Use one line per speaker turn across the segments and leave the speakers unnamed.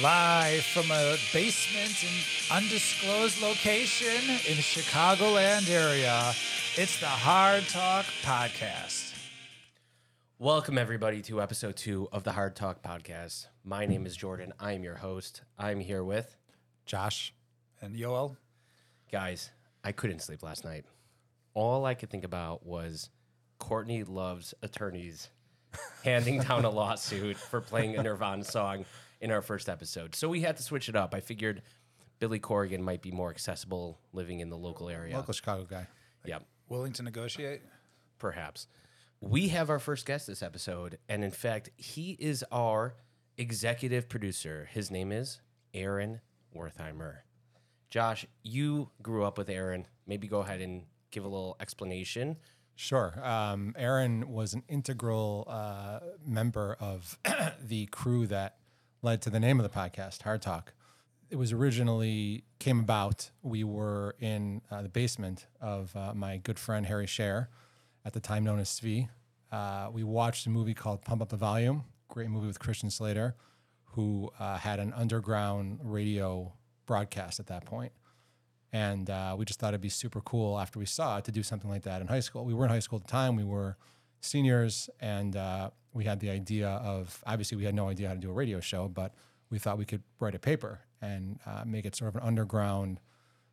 Live from a basement in undisclosed location in the Chicagoland area, it's the Hard Talk Podcast.
Welcome, everybody, to episode two of the Hard Talk Podcast. My name is Jordan. I am your host. I'm here with,
Josh and Yoel.
guys, I couldn't sleep last night. All I could think about was Courtney Love's attorneys handing down a lawsuit for playing a Nirvana song in our first episode. So we had to switch it up. I figured Billy Corrigan might be more accessible living in the local area.
local Chicago guy,
Yep.
Willing to negotiate?
perhaps. We have our first guest this episode, and in fact, he is our executive producer. His name is Aaron Wertheimer. Josh, you grew up with Aaron. Maybe go ahead and give a little explanation.
Sure. Um, Aaron was an integral uh, member of the crew that led to the name of the podcast, Hard Talk. It was originally came about. We were in uh, the basement of uh, my good friend Harry Scher, at the time known as Svi. Uh, we watched a movie called Pump Up the Volume, great movie with Christian Slater, who uh, had an underground radio broadcast at that point. And uh, we just thought it'd be super cool after we saw it to do something like that in high school. We were in high school at the time, we were seniors, and uh, we had the idea of obviously, we had no idea how to do a radio show, but we thought we could write a paper and uh, make it sort of an underground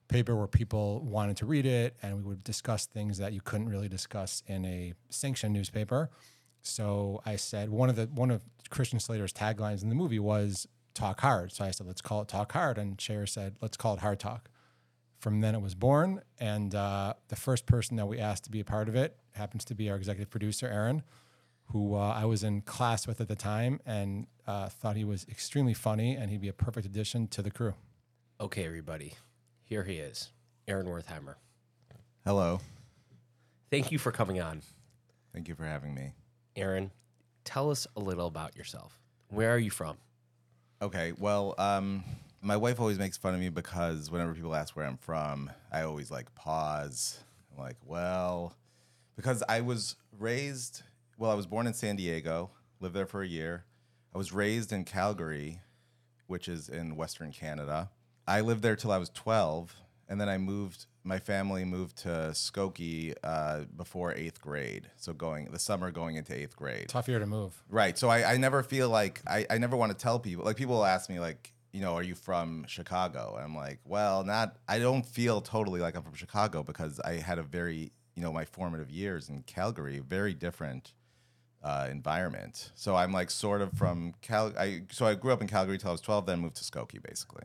paper where people wanted to read it, and we would discuss things that you couldn't really discuss in a sanctioned newspaper. So I said one of the one of Christian Slater's taglines in the movie was "Talk Hard." So I said, "Let's call it Talk Hard," and Cher said, "Let's call it Hard Talk." from then it was born. And uh, the first person that we asked to be a part of it happens to be our executive producer, Aaron, who uh, I was in class with at the time and uh, thought he was extremely funny and he'd be a perfect addition to the crew.
Okay, everybody, here he is, Aaron Wertheimer.
Hello.
Thank you for coming on.
Thank you for having me.
Aaron, tell us a little about yourself. Where are you from?
Okay. Well, um, my wife always makes fun of me because whenever people ask where I'm from, I always like pause. I'm like, well, because I was raised, well, I was born in San Diego, lived there for a year. I was raised in Calgary, which is in Western Canada. I lived there till I was 12, and then I moved. My family moved to Skokie uh, before eighth grade, so going the summer going into eighth grade.
Tough year to move.
Right. So I, I never feel like I, I never want to tell people. Like people will ask me like, you know, are you from Chicago? And I'm like, well, not I don't feel totally like I'm from Chicago because I had a very, you know, my formative years in Calgary, very different uh, environment. So I'm like sort of from Cal I so I grew up in Calgary till I was 12 then moved to Skokie basically.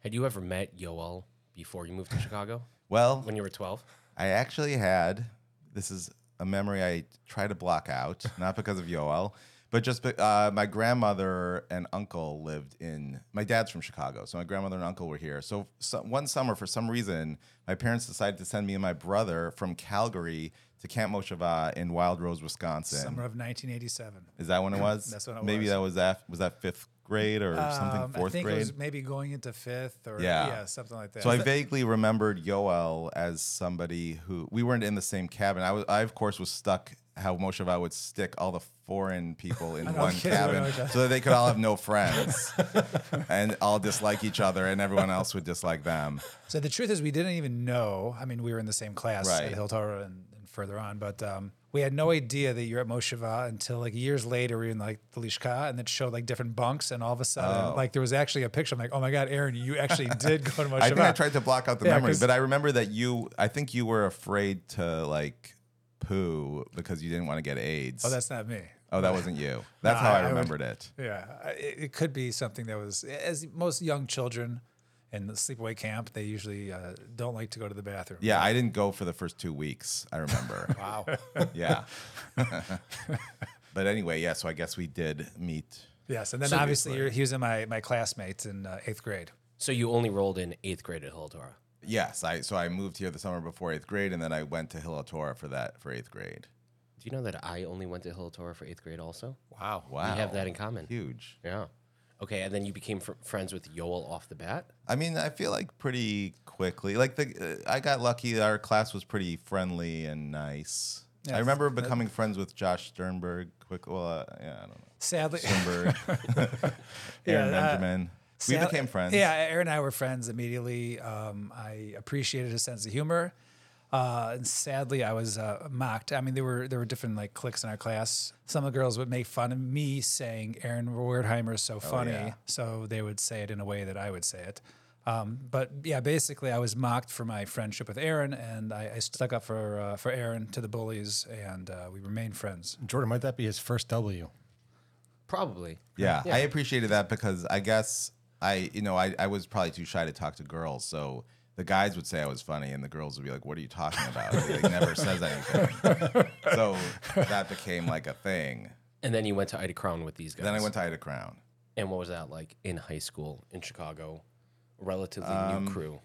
Had you ever met Yoel before you moved to Chicago
Well,
when you were 12?
I actually had this is a memory I try to block out, not because of Yoel, but just be- uh, my grandmother and uncle lived in. My dad's from Chicago, so my grandmother and uncle were here. So, so one summer, for some reason, my parents decided to send me and my brother from Calgary to Camp Mosheva in Wild Rose, Wisconsin.
Summer of 1987.
Is that when it was?
That's when it
Maybe
was.
that was af- was that fifth grade or
Um,
something
I
fourth
think
grade.
it was maybe going into fifth or yeah,
Yeah.
something like that.
So I vaguely remembered Yoel as somebody who we weren't in the same cabin. I was, I of course was stuck. How Mosheva would stick all the foreign people in one
kidding, I know
cabin
what you're-
so that they could all have no friends and all dislike each other, and everyone else would dislike them.
So the truth is, we didn't even know. I mean, we were in the same class at
Right.
Hilltara and, and further on, but um, we had no idea that you're at Mosheva until like years later. We were in like the Lishka, and it showed like different bunks, and all of a
Oh.
sudden, like there was actually a picture. I'm like, oh my god, Aaron, you actually did go to Mosheva.
I think I tried to block out the
Yeah,
memory,
'cause-
but I remember that you. I think you were afraid to like poo because you didn't want to get AIDS.
Oh, that's not me.
oh, that wasn't you. That's
No,
how
I-
I,
I would-
remembered it.
Yeah, I- it, it could be something that was as most young children in the sleepaway camp. They usually uh, don't like to go to the bathroom.
Yeah, I didn't go for the first two weeks. I remember.
Wow.
Yeah. but anyway, yeah. So I guess we did meet.
Yes, and then obviously you're, he was in my my classmates in uh, eighth grade.
So you only rolled in eighth grade at Hildora.
Yes, I so I moved here the summer before eighth grade, and then I went to Hilltora for that for eighth grade.
Do you know that I only went to Hilltora for eighth grade also?
Wow.
Wow,
We have that in common.
huge.
Yeah. Okay, and then you became fr- friends with Yoel off the bat.
I mean, I feel like pretty quickly. Like the, uh, I got lucky. Our class was pretty friendly and nice. I remember becoming friends with Josh Sternberg. Quick, well, uh, yeah, I don't know.
Sadly,
Sternberg, Aaron
uh,
Benjamin. we
Sal-
became friends.
Yeah, Aaron and I were friends immediately. Um, I appreciated his sense of humor. Uh, and sadly, I was uh, mocked. I mean, there were there were different like cliques in our class. Some of the girls would make fun of me saying Aaron Wertheimer is so funny,
Oh, yeah.
so they would say it in a way that I would say it. Um, but yeah, basically, I was mocked for my friendship with Aaron, and I, I stuck up for uh, for Aaron to the bullies, and uh, we remained friends.
Jordan, might that be his first W?
Probably.
Yeah, I appreciated that because I guess I, you know, I, I was probably too shy to talk to girls. So the guys would say I was funny, and the girls would be like, "What are you talking about?" He like, never says anything. so that became like a thing.
And then you went to Ida Crown with these guys.
Then I went to Ida Crown.
And what was that like in high school in Chicago? Relatively
Um,
new crew.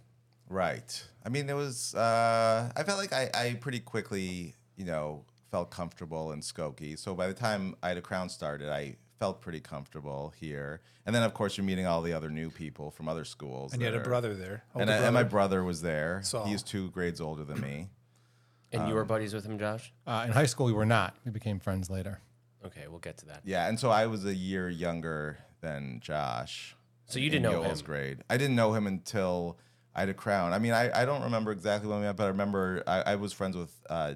Right. I mean, it was. Uh, I felt like I, I pretty quickly, you know, felt comfortable in Skokie. So by the time Ida Crown started, I felt pretty comfortable here. And then, of course, you're meeting all the other new people from other schools.
And you had a
that are-
brother there,
and,
older
Oh,
I- and my
brother.
brother was there.
Saul.
He's two grades older than me.
And you
um,
were buddies with him, Josh?
Uh, in high school, we were not. We became friends later.
Okay, we'll get to that.
Yeah, and so I was a year younger than Josh.
So you didn't
in
know
Yoel's
him.
grade. I didn't know him until I had a crown. I mean, I, I don't remember exactly when we met, but I remember I, I was friends with uh,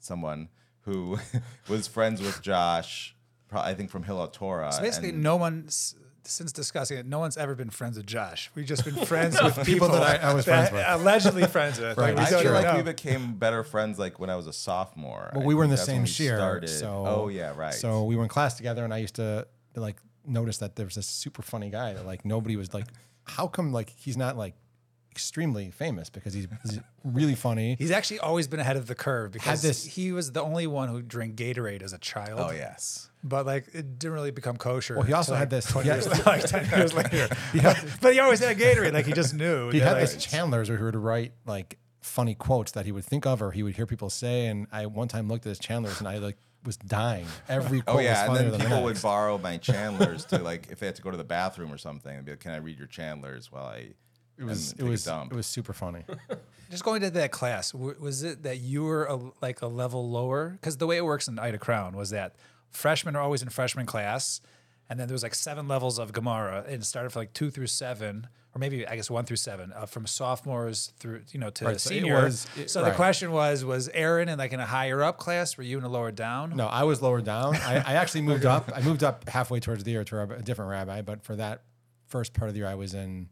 someone who was friends with Josh. Pro- I think from Hilla Torah.
So basically,
and-
no one's since discussing it, no one's ever been friends with Josh. We've just been friends with people that I,
I was friends with.
allegedly friends with.
Right.
Like, we
I
don't
feel like
know.
we became better friends like when I was a sophomore.
Well,
I
we were in the
think that's when
same
we
cheer.
started.
So,
oh yeah, right.
So we were in class together, and I used to like notice that there was this super funny guy that like nobody was like, how come like he's not like extremely famous because he's, he's really funny.
He's actually always been ahead of the curve because
this-
he was the only one who drank Gatorade as a child.
oh yes.
But like it didn't really become kosher.
Well, he also
until, like,
had this.
20
yeah,
years, like 10 years later. But he always had Gatorade. Like he just knew.
he
They're
had
like,
this Chandler's where he would write like funny quotes that he would think of or he would hear people say. And I one time looked at his Chandler's and I like was dying. Every quote
Oh yeah,
was
and
funnier
then
than
people
the
would
next.
borrow my Chandlers to like if they had to go to the bathroom or something. They'd be like, "Can I read your Chandlers while I?"
It was
and
it
take a
was
dump?"
it was super funny.
Just going to that class, w- was it that you were a, like a level lower? Because the way it works in Ida Crown was that freshmen are always in freshman class, and then there was like seven levels of Gemara, and it started from like two through seven, or maybe I guess one through seven, uh, from sophomores through you know to
Right, so it
seniors.
was-
So,
it-
the
right.
question was, was Aaron in like in a higher up class? Were you in a lower down?
No, I was lower down. I, I actually moved up. I moved up halfway towards the year to a different rabbi, but for that first part of the year, I was in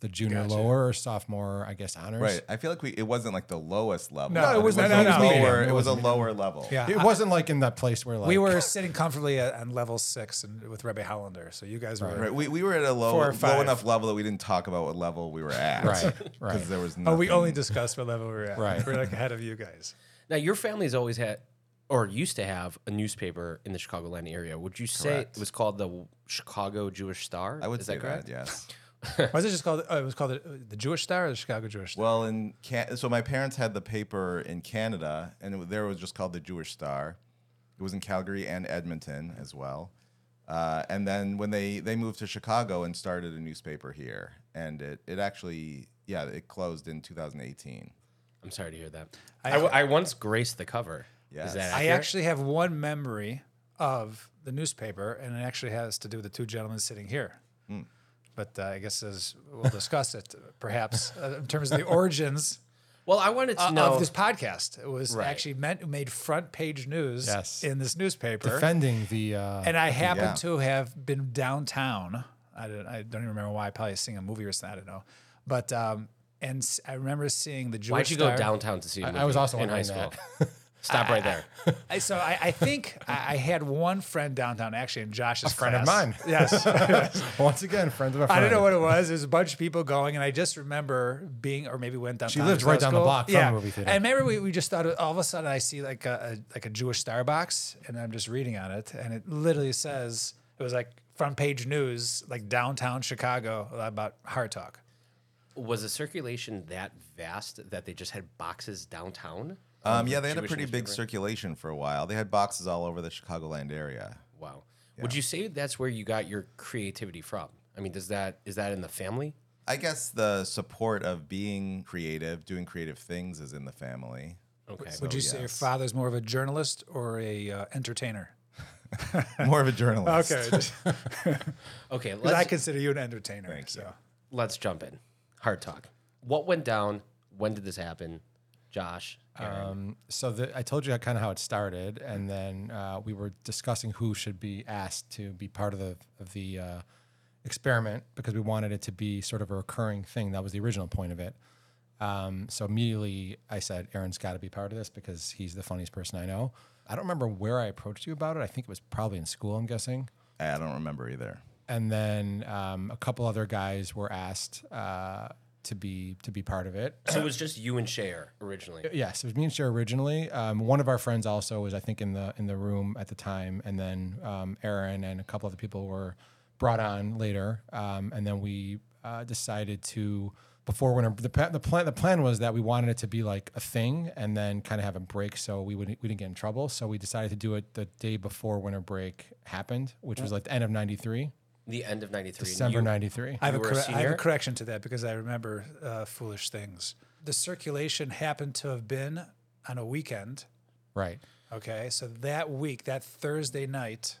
the junior lower or sophomore, I guess, honors.
Right. I feel like we it wasn't like the lowest level.
No, it was-
a
no, no, no.
lower.
It
It was a
wasn't
lower level.
Yeah,
It
I-
wasn't like in that place where like
Uh, we were sitting comfortably at, on level six and with Rebbe Hollander. So you guys were
Right. We, we were at a
Four
low
or five.
low enough level that we didn't talk about what level we were at.
Right, right.
Because there was
Oh, we only
nothing-
discussed what level we were at.
Right.
We're like ahead of you guys.
Now, your family's always had, or used to have, a newspaper in the Chicagoland area. Would you say
Correct.
it was called the Chicago Jewish Star?
I would
Is
say
that correct?
that yes.
Was it just called? Oh, it was called the, the Jewish Star or the Chicago Jewish Star?
Well, in Can- so my parents had the paper in Canada, and it, there it was just called the Jewish Star. It was in Calgary and Edmonton as well. Uh, and then when they they moved to Chicago and started a newspaper here, and it it actually yeah it closed in 2018.
I'm sorry to hear that. I, w- I once graced the cover. Is
Yes.
that
I
accurate?
actually have one memory of the newspaper, and it actually has to do with the two gentlemen sitting here.
Hmm.
But uh, I guess as we'll discuss it, perhaps uh, in terms of the origins
Well, I wanted to
uh,
know.
of this podcast, it was
Right.
actually meant made front page news
Yes.
in this newspaper.
defending the. Uh,
and I happen
Yeah.
to have been downtown. I don't, I don't even remember why. Probably seeing a movie or something. I don't know. But um, and s- I remember seeing the Jewish.
Why'd you go
Star.
downtown to see? I,
I was also
in high school.
wondering
Stop right there.
I, so I, I think I, I had one friend downtown actually in Josh's
friend of
class.
mine.
Yes.
once again, friends of a friend.
I don't know what it was. It was a bunch of people going, and I just remember being, or maybe went downtown.
lived
because that
right
was
down the
cool.
block from the
yeah.
movie theater.
And I remember we, we just thought of- all of a sudden I see like a, a like a Jewish Starbucks, and I'm just reading on it, and it literally says it was like front page news, like downtown Chicago about hard talk.
Was the circulation that vast that they just had boxes downtown?
Um, yeah, they had a
Oh, Jewish
pretty big
newspaper.
circulation for a while. They had boxes all over the Chicagoland area.
Wow. Would you say that's where you got your creativity from? I mean, does that is that in the family?
I guess the support of being creative, doing creative things is in the family.
Okay.
Would you say your
yes.
father's more of a journalist or a uh, entertainer?
More of a journalist.
Okay, just,
Okay.
'cause I
Let's
consider you an entertainer. so.
let's jump in. Hard talk. What went down? When did this happen? Josh. Aaron?
Um, so the, I told you kind of how it started, and then uh, we were discussing who should be asked to be part of the of the uh, experiment because we wanted it to be sort of a recurring thing. That was the original point of it. Um, so immediately I said, Aaron's got to be part of this because he's the funniest person I know. I don't remember where I approached you about it. I think it was probably in school. I'm guessing.
I don't remember either.
and then um, a couple other guys were asked uh, to be to be part of it.
so it was just you and Cher originally.
Yes, it was me and Cher originally. Um, one of our friends also was, I think, in the in the room at the time, and then um, Aaron and a couple other people were brought on later, um, and then we uh, decided to before winter. The, pa- the plan the plan was that we wanted it to be like a thing, and then kind of have a break, so we wouldn't we didn't get in trouble. So we decided to do it the day before winter break happened, which was like the end of '93,
The end of '93.
December '93.
I have, a
You were a
corre- I have
senior?
a correction to that because I remember uh, foolish things. The circulation happened to have been on a weekend.
Right.
Okay, so that week, that Thursday night,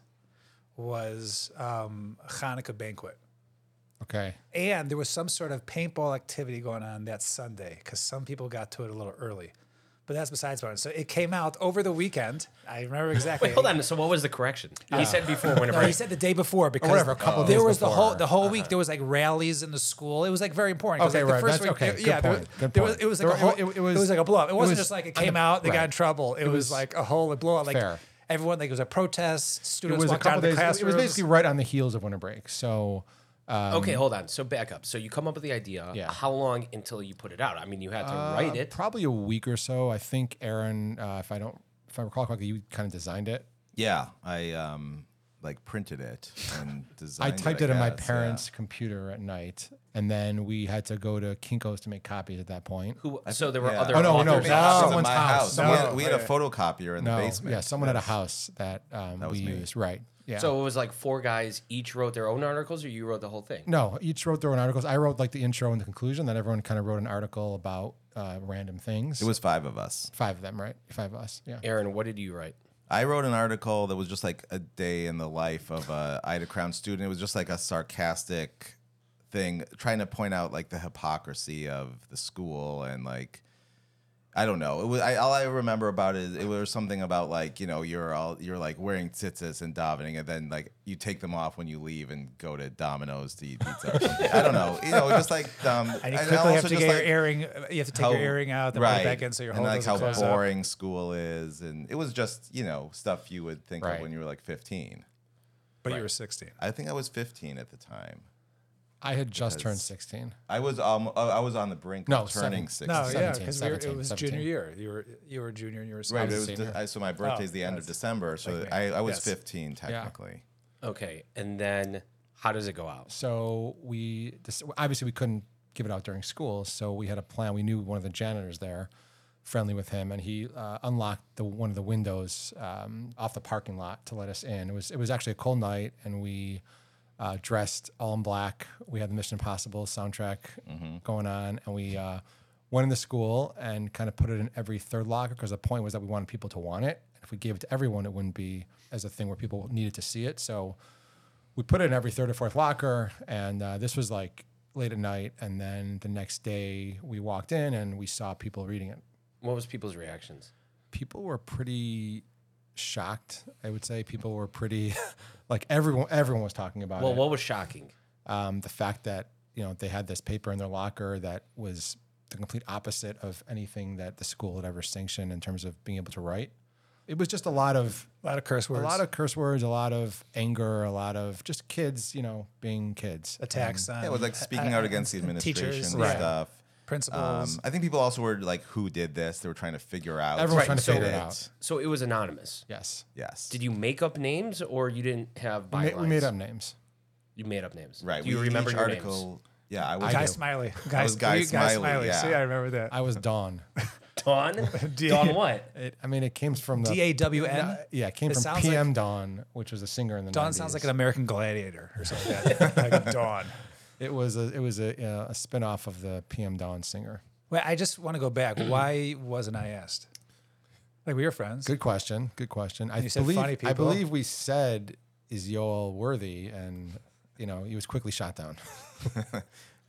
was um, Hanukkah banquet,
Okay.
and there was some sort of paintball activity going on that Sunday because some people got to it a little early. But that's besides the point. So it came out over the weekend. I remember exactly.
Hold on. So what was the correction? He said before winter
No, he
break.
said the day before because
whatever, a couple of
there
days
was the whole
before.
the whole week. There was like rallies in the school. It was like very important. 'cause,
Okay,
like,
right.
The first
That's-
week,
okay.
it-
Good
yeah, there-
point. Good
there
point.
was- it was
There-
like a whole,
it- it
it,
was-
was, like a blow-up. It wasn't
was-
just like it
I
came
know-
out, they got
right.
in trouble. It, was, like a whole blow-up. Like
Fair.
everyone, like it was a protest. Students
it was a
walked out
couple
of the
days.
classroom.
It was basically right on the heels of winter break. So um,
okay, hold on. So back up. So you come up with the idea.
Yeah. Uh,
How long until you put it out? I mean, you had to write it.
probably a week or so. I think Aaron, uh, if I don't, if I recall correctly, you kind of designed it.
Yeah, I um like printed it and
I
designed.
typed
I
it, on my
guess, yeah.
parents' computer at night, and then we had to go to Kinkos to make copies at that point.
Who? so there were
yeah.
other.
Oh, no,
authors.
no,
That was
No.
in my
Someone's house.
house. Someone-
No.
we had a photocopier in
no,
the basement.
yeah, someone
Yes.
had a house that, um,
That
we
was me.
used. Right. Yeah.
So it was like four guys each wrote their own articles, or you wrote the whole thing.
No, each wrote their own articles. I wrote like the intro and the conclusion. Then everyone kind of wrote an article about uh, random things.
It was five of us.
five of them, right? Five of us. Yeah.
Aaron, what did you write?
I wrote an article that was just like a day in the life of a Ida Crown student. It was just like a sarcastic thing, trying to point out like the hypocrisy of the school and like I don't know. It was I, all I remember about is it was something about like you know you're all you're like wearing tzitzis and davening, and then like you take them off when you leave and go to Domino's to eat pizza. Or something. I don't know. You know, just like um,
and you
and
quickly have to
also just,
get
like,
your earring. You have to take your earring out, then put it back in, so your
and
whole
like
doesn't
how
close up.
boring school is, and it was just you know stuff you would think
Right.
of when you were like 15.
But you were 16.
I think I was 15 at the time.
I had just turned 16.
I was um, I I was on the brink
No,
of turning
seven.
16.
No, yeah,
17,
because we were- it
17,
was
17.
junior year. You were you were junior and you were
Right,
senior.
it was
senior.
de- I, so my
Oh,
birthday's the end of December, so I, I was 15 technically.
Okay, and then how does it go out?
So we dis- obviously we couldn't give it out during school, so we had a plan. We knew one of the janitors there, friendly with him, and he uh, unlocked the one of the windows um, off the parking lot to let us in. It was it was actually a cold night, and we uh, dressed all in black. We had the Mission Impossible soundtrack going on, and we uh, went into school and kind of put it in every third locker because the point was that we wanted people to want it. If we gave it to everyone, it wouldn't be as a thing where people needed to see it. So we put it in every third or fourth locker, and uh, this was like late at night. And then the next day, we walked in and we saw people reading it.
What was people's reactions?
People were pretty shocked. I would say people were pretty, like everyone. Everyone was talking about
Well,
it.
what was shocking?
Um, the fact that you know they had this paper in their locker that was the complete opposite of anything that the school had ever sanctioned in terms of being able to write. It was just a lot of
A lot of curse words.
a lot of curse words, a lot of anger, a lot of just kids, you know, being kids.
attacks on.
Yeah, it was like speaking out against the administration
uh, teachers,
and
yeah.
stuff.
principals.
Um, I think people also were like, who did this? They were trying to figure out.
Everyone's trying to
so
figure it
it's-
out.
So it was anonymous.
Yes.
Yes.
Did you make up names, or you didn't have
We
bylines?
ma- we made up names.
You made up names.
Right.
Do you
we- each
remember your names?
article? Yeah, I was.
Guy Smiley. Guy,
was Guy
you-
Smiley, yeah.
See, I remember that.
I was Dawn.
Dawn. Dawn what?
It, I mean, it came from the uh,
D A W N.
yeah, it came
It
from
sounds
PM Dawn, which was a singer in the
uh, Dawn sounds
90s.
like an American gladiator or something like that. like Dawn.
It was a it was a uh, a spinoff of the PM Dawn singer.
Well, I just want to go back. Why wasn't I asked? Like we were friends.
Good question. Good question. I
you said
believe
funny
I
people.
believe we said is Yoel worthy, and you know he was quickly shot down.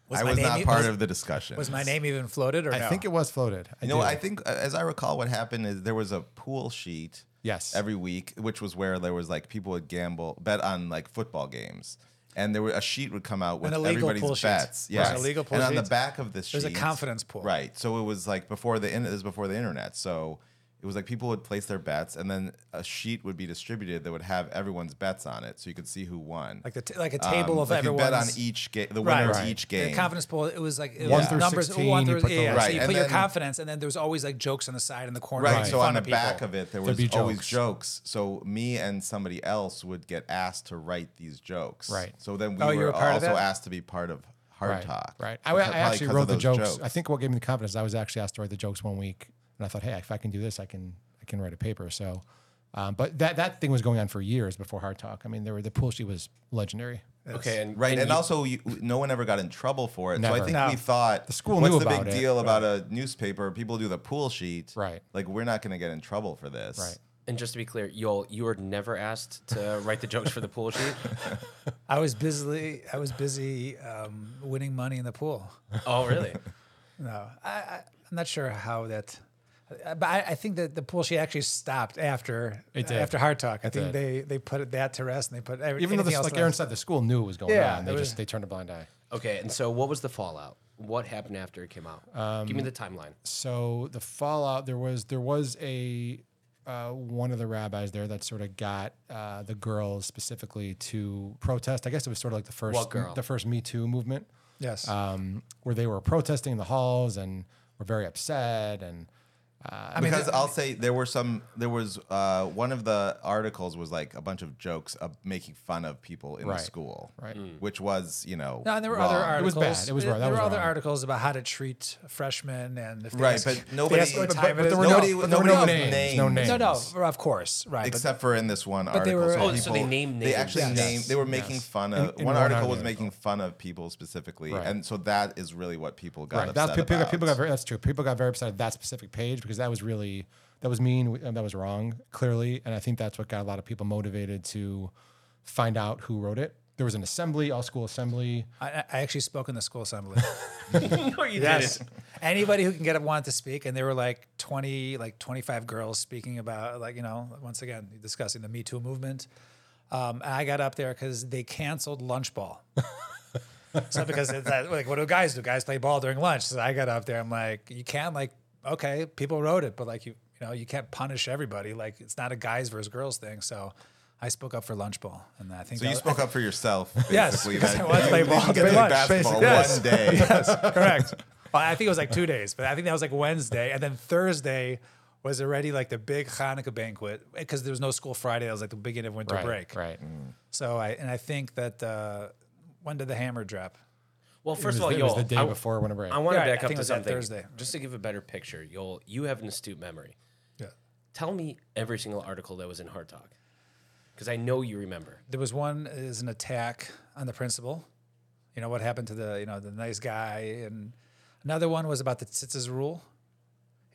Was
I
my
was
name
not
e-
part
was-
of the discussion.
Was my name even floated or
I
no?
think it was floated. I
You know,
do.
I think, uh, as I recall, what happened is there was a pool sheet.
Yes.
Every week, which was where there was like people would gamble, bet on like football games, and there were a sheet would come out with
illegal
everybody's
pool sheet.
bets.
There was
Yes.
an illegal pool
and on the
sheet.
back of this,
There was a
sheet-
confidence pool.
Right. So it was like before the in- it was before the internet. So it was like people would place their bets, and then a sheet would be distributed that would have everyone's bets on it, so you could see who won.
like the t- like a
Um,
table of
like you
everyone.
bet on each game, the winner of each game.
The confidence pool. It was like it
One
was
through
numbers
16,
one
you
through
put the
yeah. yeah.
Right,
So you
and
put your
then-
confidence, and then there was always like jokes on the side in the corner.
Right.
making
So
fun
on the back
people.
of it, there
There'd
was
be
always
jokes.
jokes. So me and somebody else would get asked to write these jokes.
Right.
So then we
Oh,
were,
you were part of
also
that?
asked to be part of Hard
right,
Talk.
Right. I, I
Beca- probably
actually
'cause
wrote
of
the
those
jokes. I think what gave me the confidence, I was actually asked to write the jokes one week, and I thought, hey, if I can do this, I can I can write a paper. So, um, but that that thing was going on for years before Hard Talk. I mean, there were the pool sheet was legendary.
Okay, and
Right, and,
you-
also you, no one ever got in trouble for it. So I
Never.
think
No.
we thought the
school
what's
knew
the
about
big
it,
deal about a newspaper? People do the pool sheet.
Right.
Like we're not going to get in trouble for this.
Right.
and just to be clear, Yoel, you were never asked to write the jokes for the pool sheet.
I was busily. I was busy um, winning money in the pool.
Oh, really?
No, I, I, I'm not sure how that. uh, But I, I think that the pool sheet actually stopped after
It did.
after hard talk. I think
did.
they they put that to rest and they put every,
Even though
anything
this,
else
like
to
Aaron
that.
said, the school knew it was going
Yeah,
on. They
it was-
just they turned a blind eye.
Okay, and so what was the fallout? What happened after it came out?
Um,
Give me the timeline.
so the fallout there was there was a uh, one of the rabbis there that sort of got uh, the girls specifically to protest. I guess it was sort of like the first
What girl?
the first Me Too movement,
yes.
um, where they were protesting in the halls and were very upset. And
I mean,
because I'll say there were some. There was uh, one of the articles was like a bunch of jokes of making fun of people in
Right.
the school,
Right.
Mm.
Which was you know
No, and there were other
wrong.
It was
articles.
bad. It was wrong. That
There
was
were other
wrong.
articles about how to treat freshmen and if they
Right,
ask-
but
if they
nobody-
ask what
But-
time
but-
it
but
is-
there were
no,
no-
Nobody,
but there were no
nobody was
names,
named.
no names.
no, no, of course, right. but-
except for in this one
they
article.
were-
so
Oh,
so they
people-
named
They
names.
actually
Yes.
named. They were making fun of.
in
one,
one
article was
article.
making fun of people specifically,
Right.
and so that is really what people got
right,
upset
that's people,
about.
people got very, that's true. People got very upset at that specific page because that was really that was mean. we- That was wrong clearly, and I think that's what got a lot of people motivated to find out who wrote it. There was an assembly, all school assembly.
I, I actually spoke in the school assembly.
no, you
yes. Anybody who can get up wanted to speak, and there were like twenty, like twenty-five girls speaking about, like you know, once again discussing the Me Too movement. Um, and I got up there because they canceled lunch ball. so because it's that, like, what do guys do? Guys play ball during lunch. So I got up there. I'm like, you can't like, okay, people wrote it, but like you, you know, you can't punish everybody. Like it's not a guys versus girls thing. So I spoke up for lunch ball, and I think
So you
that-
spoke up for yourself, basically.
Yes, because
that
I wanted to
you
play
didn't
ball,
get
play
to
lunch,
basketball
basically.
one day.
Correct. Well, I think it was like two days, but I think that was like Wednesday, and then Thursday was already like the big Hanukkah banquet because there was no school Friday. That was like the beginning of winter break.
right.
So I and I think that uh, when did the hammer drop?
Well, first
was-
of all,
it
Yoel,
was the day
I,
before winter break.
I want to
Yeah, I
back up
think it
to
was that
something
Thursday.
just to give a better picture. Yoel, you have an astute memory.
Yeah.
Tell me every single article that was in Hard Talk, because I know you remember.
There was one is an attack on the principal. You know what happened to the you know the nice guy, and another one was about the tzitzis rule.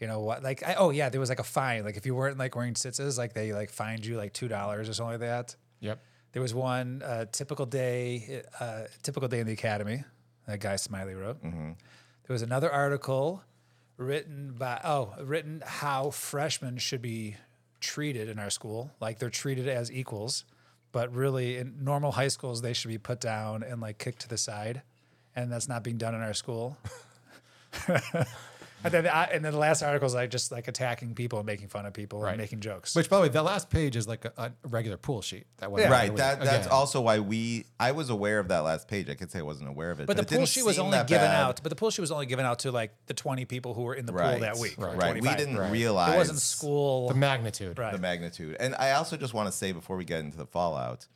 You know what? Like I, oh yeah, there was like a fine. Like if you weren't like wearing tzitzis, like they like fined you like two dollars or something like that.
Yep.
There was one uh, typical day, uh, typical day in the academy. That guy Smiley wrote. There was another article written by oh, written how freshmen should be treated in our school, like they're treated as equals, but really in normal high schools they should be put down and like kicked to the side, and that's not being done in our school. and then I, and then the last article is like just like attacking people and making fun of people and making jokes.
Which, by the way, the last page is like a, a regular pool sheet. That went around
right.
with-
That that's
again.
also why we. I was aware of that last page. I could say I wasn't aware of it,
But the
it didn't
pool sheet was
seem
only
that
given
bad.
out. But the pool sheet was only given out to like the twenty people who were in the pool
Right.
that week. or
Right.
25.
We didn't
It
realize
wasn't school.
The magnitude.
Right.
the magnitude. And I also just want to say before we get into the fallout,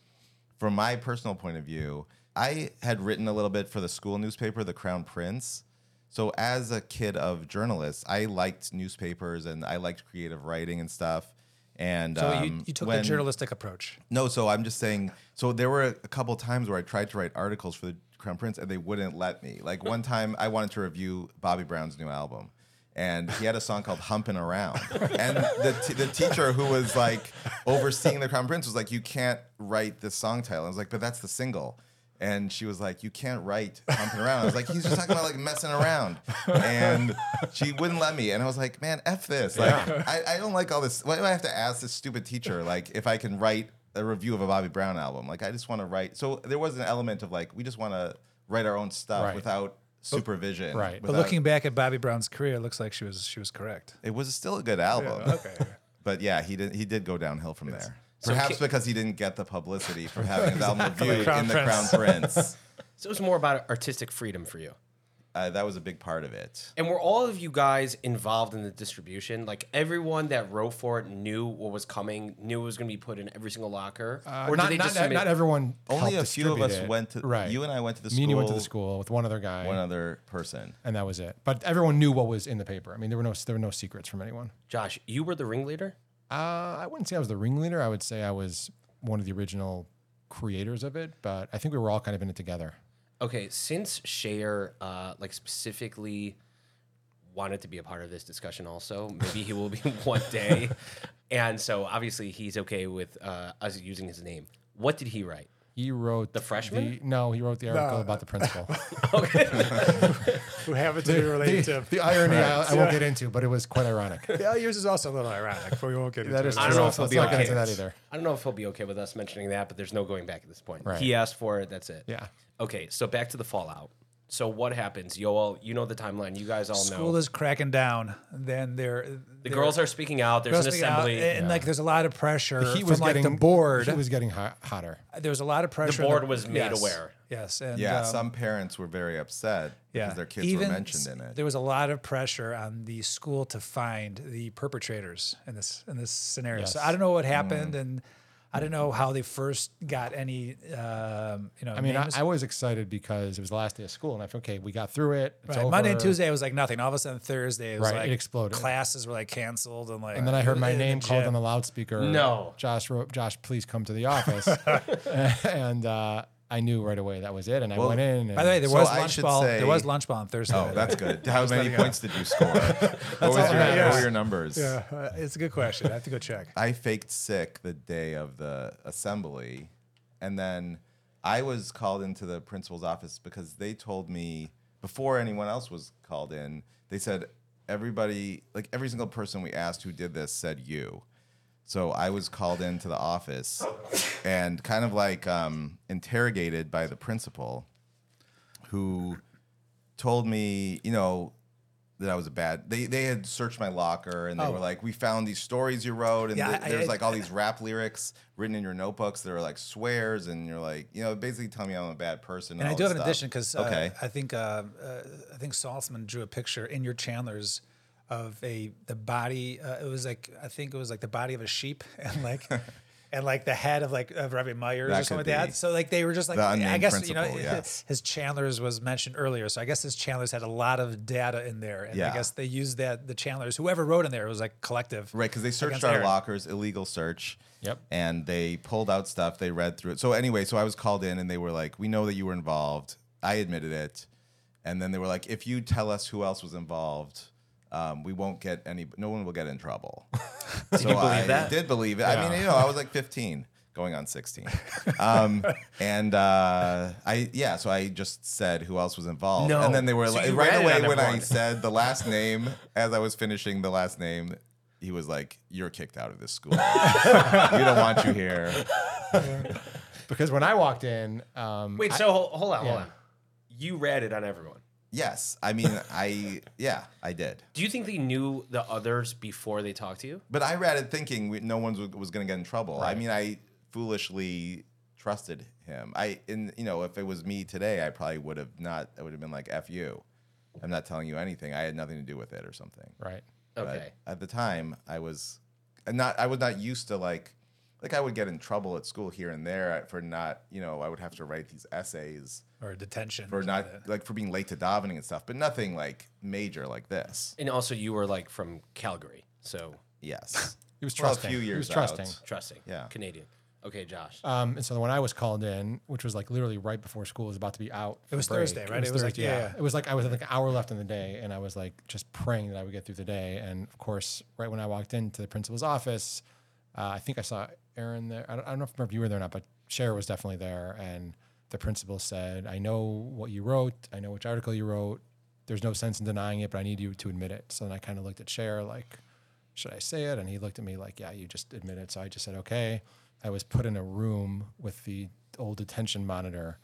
from my personal point of view, I had written a little bit for the school newspaper, The Crown Prince. So as a kid of journalists, I liked newspapers and I liked creative writing and stuff. And
So you,
um,
you took
when-
the journalistic approach.
No, so I'm just saying. So there were a couple times where I tried to write articles for the Crown Prince and they wouldn't let me. Like one time, I wanted to review Bobby Brown's new album, and he had a song called "Humping Around." And the t- the teacher who was like overseeing the Crown Prince was like, "You can't write this song title." I was like, "But that's the single." And she was like, "You can't write humping around." I was like, "He's just talking about like messing around," and she wouldn't let me. And I was like, "Man, f this! Like, I, I don't like all this. Why do I have to ask this stupid teacher like if I can write a review of a Bobby Brown album? Like, I just want to write." So there was an element of like, we just want to write our own stuff
Right.
without supervision.
right.
But
without-
looking back at Bobby Brown's career, it looks like she was she was correct.
it was still a good album.
Okay.
But yeah, he did. He did go downhill from there. Perhaps because he didn't get the publicity from having his album reviewed
Crown
in the Crown
Prince.
Prince.
So it was more about artistic freedom for you.
Uh, that was a big part of it.
And were all of you guys involved in the distribution? Like everyone that wrote for it knew what was coming, knew it was going to be put in every single locker,
Uh, not, not, not, not everyone.
Only
helped
a few of
distribute
us
it.
went to.
Right.
You and I went to the
Me
school.
and you went to the school with one other guy,
One other person.
and that was it. But everyone knew what was in the paper. I mean, there were no there were no secrets from anyone.
Josh, you were the ringleader.
Uh, I wouldn't say I was the ringleader. I would say I was one of the original creators of it. But I think we were all kind of in it together.
Okay, since Share, uh, like specifically, wanted to be a part of this discussion, also maybe he will be one day, and so obviously he's okay with uh, us using his name. What did he write?
He wrote the
freshman?
no, he wrote the article about the principal.
Who haven't to be related
the, the irony I, I won't get into, but it was quite ironic.
Yeah, yours is also a little ironic, but we won't get into
That is
it.
I don't know if
so
it'll
let's
be
not
okay.
get into that either.
I don't know if he'll be okay with us mentioning that, but there's no going back at this point.
Right.
He asked for it. That's it.
Yeah.
Okay, so back to the fallout. So what happens? You all, you know the timeline. You guys all
School
know.
is cracking down. Then they're
the girls are speaking out. There's an assembly.
and like there's a lot of pressure
He
from
was
like
getting
the board.
He was getting hot, hotter.
there was a lot of pressure. in
board was made
yes,
aware.
Yes, and
Yeah,
um,
some parents were very upset because their kids
Even
were mentioned in
s-
it.
There was a lot of pressure on the school to find the perpetrators in this in this scenario. So
Yes.
I don't know what
Mm.
happened, and I don't know how they first got any. Um, you know,
I mean, I,
names.
I was excited because it was the last day of school, and I felt okay, we got through it. It's
Right, Monday and
over.
Tuesday it was like nothing. All of a sudden Thursday it was
Right,
like
it exploded.
Classes were like canceled and like.
And then I heard my
in the
name called
gym.
on the loudspeaker.
No.
Josh, wrote, Josh, please come to the office. and uh, I knew right away that was it. And I went in. And
By the way, there
So
was
I
lunch
should
ball.
say-
there was lunch ball on Thursday.
oh, that's good. How many
letting you
points did you score? what, was your,
all that
what were
is.
your numbers?
yeah, uh, it's a good question. I have to go check.
I faked sick the day of the assembly, and then I was called into the principal's office because they told me before anyone else was called in. They said everybody, like every single person we asked who did this, said you. So I was called into the office and kind of like um, interrogated by the principal, who told me, you know, that I was a bad. They they had searched my locker and they were like, "We found these stories you wrote, and
Oh. Yeah,
th-
I-
there's
I-
like all these rap lyrics written in your notebooks. There were like swears, and you're like, you know, basically telling me I'm a bad person."
And I
all
do
this
have an
stuff.
addition because uh,
Oh, Okay.
I think uh, uh, I think Saltzman drew a picture in your Chandler's of a the body. Uh, it was like I think it was like the body of a sheep and like and like the head of like of Robbie Myers
That
or something like
could
that.
be.
So like they were just like
The
I
unnamed
guess you know
principal, yes.
his Chandler's was mentioned earlier, so I guess his Chandler's had a lot of data in there, and I
Yeah.
guess they used that the Chandler's whoever wrote in there it was like collective.
Right, because they searched
against
our
Aaron.
lockers, illegal search.
Yep.
And they pulled out stuff. They read through it. So anyway, so I was called in, and they were like, "We know that you were involved. I admitted it." And then they were like, "If you tell us who else was involved, um, we won't get any. No one will get in trouble." did so you believe I
that?
Did believe it. I mean, you know, I was like 15, going on 16, um, and uh, I yeah. So I just said who else was involved,
No.
and then they were
So
like,
you
right
ratted
away
on
when I
everyone.
said the last name as I was finishing the last name. He was like, "You're kicked out of this school. we don't want you here."
because when I walked in, um,
Wait, so hold, hold on, hold
Yeah.
on. You read it on everyone.
Yes, I mean, I yeah, I did,
Do you think they knew the others before they talked to you?
but I read it thinking we, no one was, was going to get in trouble. I mean, I foolishly trusted him. I and you know, if it was me today, I probably would have not. I would have been like, "F you, I'm not telling you anything. I had nothing to do with it or something."
right.
But
Okay.
at the time, I was not. I was not used to like, like I would get in trouble at school here and there uh, for not. You know, I would have to write these essays
Or detention
for
or
not like for being late to davening and stuff, but nothing like major like this.
And also, you were like from Calgary, so
Yes,
He was
Well,
trusting.
a few
He
years
was trusting.
out.
trusting.
Yeah.
Canadian. Okay, Josh.
Um, and so when I was called in, which was like literally right before school was about to be out,
It was Thursday, right? It was like, yeah, yeah.
It was like I was like an hour left in the day, and I was like just praying that I would get through the day. And of course, right when I walked into the principal's office, uh, I think I saw Aaron there. I don't, I don't know if, remember if you were there or not, but Cher was definitely there. And the principal said, "I know what you wrote. I know which article you wrote. There's no sense in denying it, but I need you to admit it." So then I kind of looked at Cher like, "Should I say it?" And he looked at me like, "Yeah, you just admit it." So I just said, "Okay." I was put in a room with the old detention monitor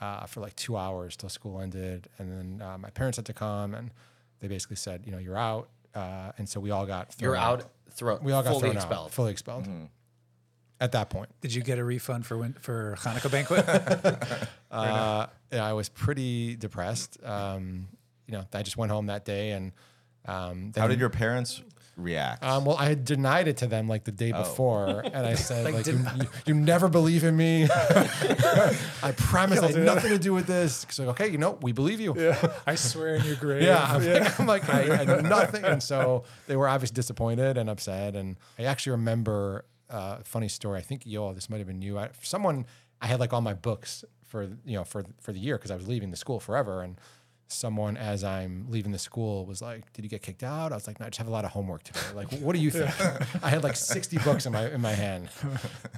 uh, for like two hours till school ended. And then uh, my parents had to come and they basically said, you know, you're out. Uh, and so we all got thrown
You're out. Throw.
We all got
fully
thrown
expelled.
out, fully expelled
Mm-hmm.
at that point.
Did you get a refund for win- for Hanukkah banquet?
Uh, yeah, I was pretty depressed. Um, you know, I just went home that day and um,
How
then-
did your parents react?
Um, well, I had denied it to them like the day before, and I said, Oh. like, you, you, you never believe in me. I promise I had nothing to do with this. It's like, okay, you know, we believe you. Yeah,
I swear in your grave.
I'm, Like, I'm like, I had nothing. And so they were obviously disappointed and upset. And I actually remember uh, a funny story. I think, yo, this might have been you. I, someone, I had like all my books for, you know, for, for the year because I was leaving the school forever. And someone as I'm leaving the school was like, "Did you get kicked out?" I was like, "No, I just have a lot of homework today." Like, what do you think? I had like 60 books in my in my hand,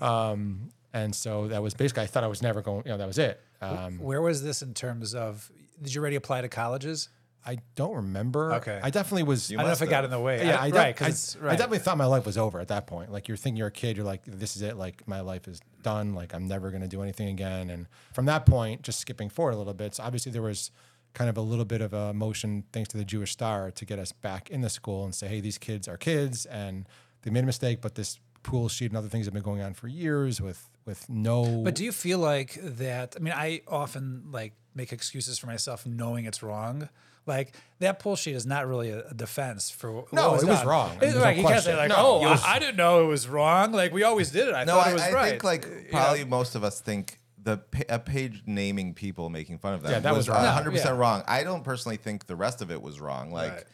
um, and so that was basically. I thought I was never going. You know, that was it. Um,
Where was this in terms of? Did you already apply to colleges?
I don't remember.
Okay.
I definitely was.
I don't know if
must
it got
have.
in the way.
yeah, I, def-
right.
I-
Because
I definitely thought my life was over at that point. Like you're thinking you're a kid, you're like, this is it. Like my life is done. Like I'm never gonna do anything again. And from that point, just skipping forward a little bit. So obviously there was kind of a little bit of a motion, thanks to the Jewish Star, to get us back in the school and say, hey, these kids are kids, and they made a mistake, but this pool sheet and other things have been going on for years with with no.
But do you feel like that? I mean, I often like make excuses for myself, knowing it's wrong. Like that pull sheet is not really a a defense for what
No,
was
it was
done.
wrong.
It's
There's no
like you can't
question.
say like,
No,
"Oh,
it
I-
was-
I, didn't know it was wrong." Like we always did it. I
no,
thought
I,
it was
I
right.
think like probably most of us think the pa- a page naming people making fun of them
Yeah, that was
was
wrong.
one hundred percent
Yeah.
wrong. I don't personally think the rest of it was wrong. Like
Right.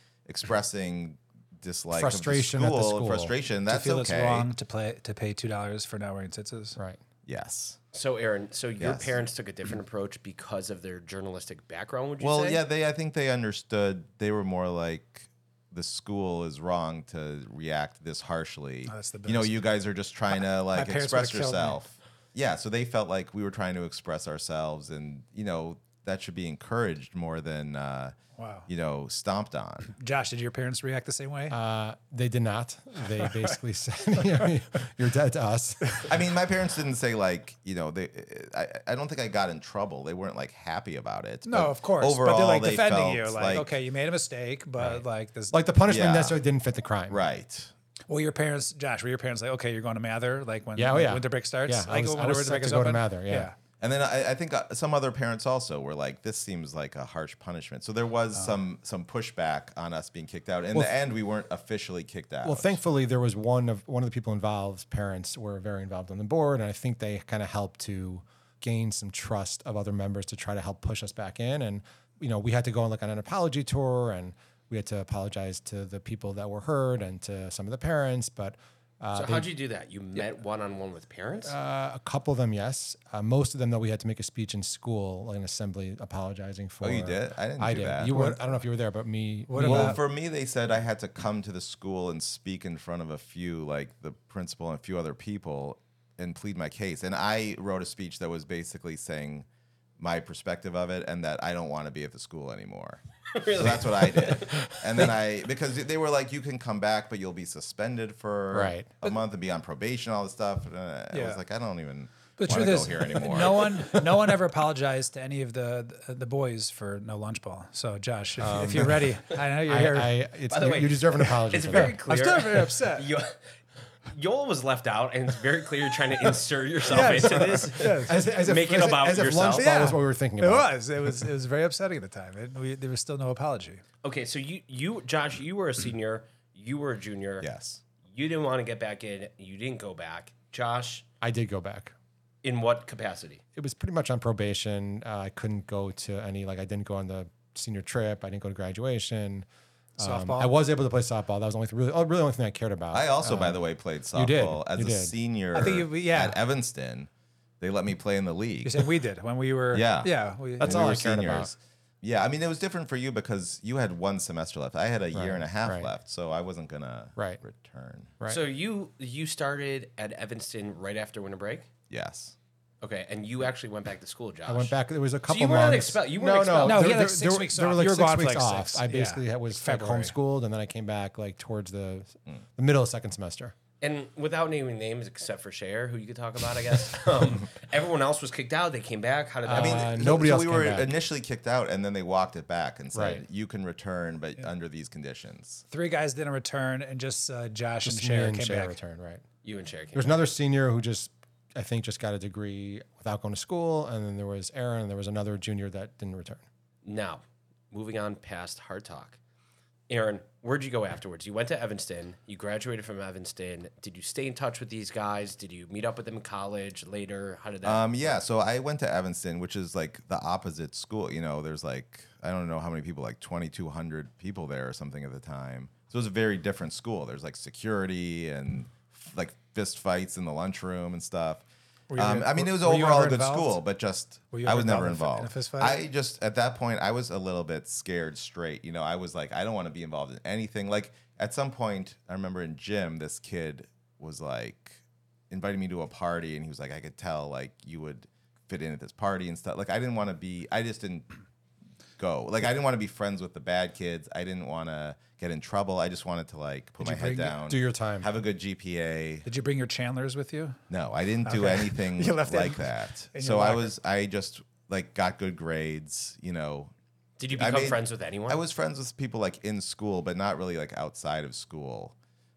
expressing dislike,
Frustration at
of
the
the school,
school.
frustration.
I
That's
feel
okay.
it's wrong to play to pay two dollars for not wearing tits.
right.
Yes.
So, Aaron, so your
Yes.
parents took a different approach because of their journalistic background. Would you
Well,
say?
yeah, they. I think they understood. They were more like the school is wrong to react this harshly.
Oh, that's the
You know,
best.
you guys are just trying to like
parents
express
would've killed me.
yourself. Yeah, so they felt like we were trying to express ourselves, and you know that should be encouraged more than uh,
Wow.
you know stomped on.
Josh, did your parents react the same way?
Uh, they did not. They basically said, "You're dead to us."
I mean, my parents didn't say like you know they. I, I don't think I got in trouble. They weren't like happy about it.
no,
but
of course. but they're
overall,
like
they
defending
felt
you. Like, okay, you made a mistake, but like this.
Like the punishment
Yeah.
necessarily didn't fit the crime.
right.
Well, your parents, Josh, were your parents like, okay, you're going to Mather, like when
Yeah, oh
like,
yeah.
winter break starts?
Yeah, I
like
was-
when
I was
winter
set
break
to
is
go to
open?
Mather, yeah.
And then I, I think uh, some other parents also were like, "This seems like a harsh punishment." So there was some some pushback on us being kicked out. In the end, we weren't officially kicked out.
Well, thankfully, there was one of one of the people involved. Parents were very involved on the board, and I think they kind of helped to gain some trust of other members to try to help push us back in. And you know, we had to go on like on an apology tour, and we had to apologize to the people that were hurt and to some of the parents. But uh,
So how'd you do that? You met one on one with parents.
uh, a couple of them, yes, uh, most of them though, we had to make a speech in school, like an assembly, apologizing for.
Oh, you did? I didn't
I
do
did.
that.
You were. I don't know if you were there, but me.
What
me-
about-
Well, for me, they said I had to come to the school and speak in front of a few, like the principal and a few other people, and plead my case. And I wrote a speech that was basically saying my perspective of it and that I don't want to be at the school anymore. So that's what I did. And then I, because they were like, you can come back, but you'll be suspended for
Right.
a month and be on probation, all this stuff. And uh, I
Yeah.
was like, I don't even
The
want to
truth
go
is,
here anymore.
no one, no one ever apologized to any of the the, boys for no lunch ball. So, Josh, if, if you're ready, I know you're
Um, I,
here.
I, it's,
the
you,
way,
you deserve an apology.
it's
for
very
that.
clear.
still very upset.
Yo- Yoel was left out, and it's very clear you're trying to insert yourself
Yes.
into this.
as, as if,
Make it
as,
about
as if
yourself.
lunchball was what we were thinking
it
about.
was. It was. It was very upsetting at the time. It, we, there was still no apology.
Okay, so you, you, Josh, you were a senior. You were a junior.
Yes.
You didn't want to get back in. You didn't go back. Josh,
I did go back.
in what capacity?
It was pretty much on probation. Uh, I couldn't go to any like I didn't go on the senior trip. I didn't go to graduation. Um,
Softball?
I was able to play softball. That was the only th- really, oh, really only thing I cared about.
I also, by the way, played softball
did.
as
Uh, You
a
did.
senior
I think you- yeah.
at Evanston. They let me play in the league.
You said we did when we were.
Yeah.
Yeah. We,
That's
when
all
we
I
were
cared about.
Yeah, I mean, it was different for you because you had one semester left. I had a year and a half
right.
left, so I wasn't gonna
Right.
return.
Right.
So you you started at Evanston right after winter break.
Yes,
Okay, and you actually went back to school, Josh.
I went back. There was a couple.
you weren't
months.
expelled- you weren't
no,
expelled.
No,
No, he
there-
had, like,
there-
six
there-
weeks
there were
off.
like
You were
six
gone for,
weeks
like,
off.
six.
I basically
Yeah.
was
February.
like homeschooled, and then I came back like towards the the middle of second semester.
and without naming names except for Cher, who you could talk about, I guess. um, everyone else was kicked out. They came back. How did that?
I mean,
Uh,
no-
nobody
so
else
We
came
were
back.
initially kicked out, and then they walked it back and said,
Right.
"You can return, but under these conditions."
Three guys didn't return, and just uh, Josh and
Just me
Cher
and
came
Cher
back.
returned. Right.
you and Cher came.
There was another senior who just, I think, just got a degree without going to school, and then there was Aaron. And there was another junior that didn't return.
Now, moving on past hard talk. Aaron, where'd you go afterwards? You went to Evanston. You graduated from Evanston. Did you stay in touch with these guys? Did you meet up with them in college later? How did that?
Um, yeah, so I went to Evanston, which is like the opposite school. You know, there's like I don't know how many people, like 2,200 people there or something at the time. So it was a very different school. There's like security and like fist fights in the lunchroom and stuff.
you
Um,
ever-
I mean, it was
were you
overall
ever
a good
involved?
school, but just
you
I
ever
was never
involved in a fi-
involved.
in a fist fight?
I just at that point I was a little bit scared straight. You know, I was like, I don't want to be involved in anything. Like at some point, I remember in gym, this kid was like inviting me to a party, and he was like, I could tell like you would fit in at this party and stuff. Like I didn't want to be. I just didn't go. Like I didn't want to be friends with the bad kids. I didn't want to get in trouble. I just wanted to like put my head down,
Do your time.
have a good GPA.
Did you bring your Chandlers with you?
No, I didn't do anything
You left it
like that.
in your
So I
locker.
was, I just like got good grades. You know,
did you
I
become
made-
friends with anyone?
I was friends with people like in school, but not really like outside of school.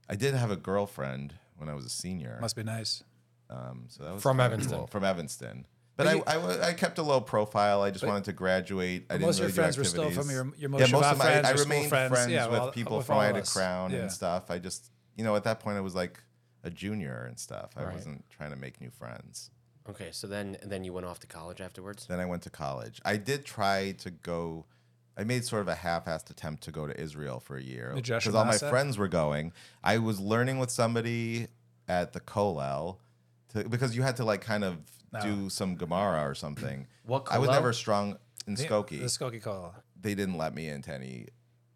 I did have a girlfriend when I was a senior.
Must be nice.
um, so that was
From
kinda
Evanston.
cool. From Evanston. But, I I, wa- I kept a low profile. I just wanted to graduate. I didn't
most of
really
your friends
do
were still
activities.
from your- your
yeah,
Moshe
most
Va
of my,
friends
I
or school
remained
friends.
friends
Yeah,
with
well,
people
with
from
all
I
of
had a
us.
crown
Yeah.
and stuff. I just you know at that point I was like a junior and stuff. I wasn't trying to make new friends.
okay, so then and then you went off to college afterwards.
Then I went to college. I did try to go. I made sort of a half-assed attempt to go to Israel for a year
The Joshua
all my
Massa?
friends were going. I was learning with somebody at the Kollel to, because you had to like kind of
Ah.
do some Gemara or something.
What
I was
Kollel?
never strong in Skokie.
The Skokie call.
they didn't let me into any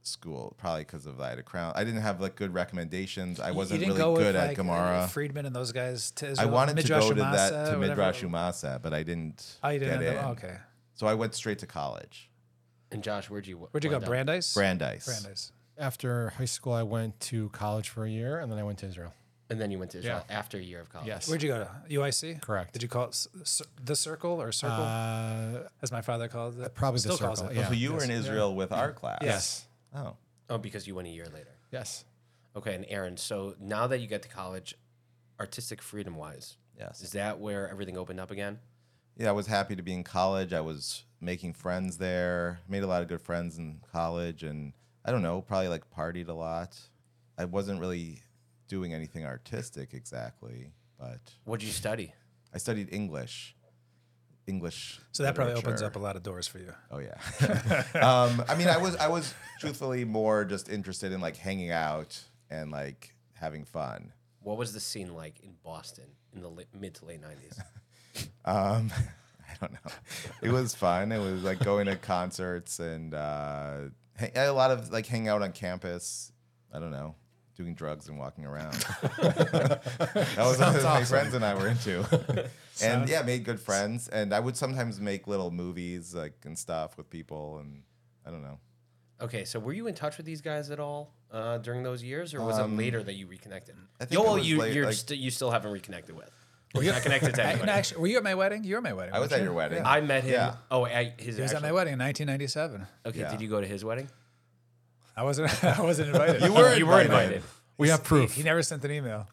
school probably because of I had a crown. I didn't have like good recommendations. I wasn't really good at Gemara.
uh, Friedman and those guys to
I
Israel.
wanted to
Midrash
go to that
Umasa,
to
whatever.
Midrash Umasa, but I didn't.
Oh, you didn't
get
end
in.
up- okay.
So I went straight to college.
And Josh, where'd you
Where'd you go?
wind up?
Brandeis?
Brandeis.
Brandeis.
After high school, I went to college for a year, and then I went to Israel.
And then you went to Israel after a year of college.
Yes.
Where'd you go to? UIC?
Correct.
Did you call it s- s- the circle or circle,
Uh,
as my father called it?
probably
Still
the circle.
calls it.
Yeah.
So you were in Israel with our class.
Yes.
Oh.
Oh, because you went a year later.
Yes.
Okay, and Aaron, so now that you get to college, artistic freedom wise, is
Yes.
that where everything opened up again?
Yeah, I was happy to be in college. I was making friends there. Made a lot of good friends in college and I don't know, probably like partied a lot. I wasn't really doing anything artistic exactly, but
What'd you study?
I studied English. English.
So that probably opens
literature.
up a lot of doors for you.
Oh yeah. um, I mean, I was I was truthfully more just interested in like hanging out and like having fun.
What was the scene like in Boston in the late, mid to late nineties?
Um, I don't know. It was fun. It was like going to concerts and uh, hang, a lot of like hanging out on campus. I don't know, doing drugs and walking around. that was what my friends and I were into. and yeah, made good friends. And I would sometimes make little movies like and stuff with people. And I don't know.
okay, so were you in touch with these guys at all uh, during those years, or was it later that you reconnected?
Um, I think
Yo,
it
well,
was
you
late,
you're
like-
st- you still haven't reconnected with. You're not connected to
I-
anybody.
no, actually, were you at my wedding? You were at my wedding.
I was
weren't
at
you?
your wedding.
I met him.
Uh, Yeah.
Oh, at his.
He was at
actual-
my wedding in 1997.
Okay,
Yeah.
did you go to his wedding?
I wasn't. I wasn't invited.
You were
you were
invited.
invited.
We have proof.
He never sent an email.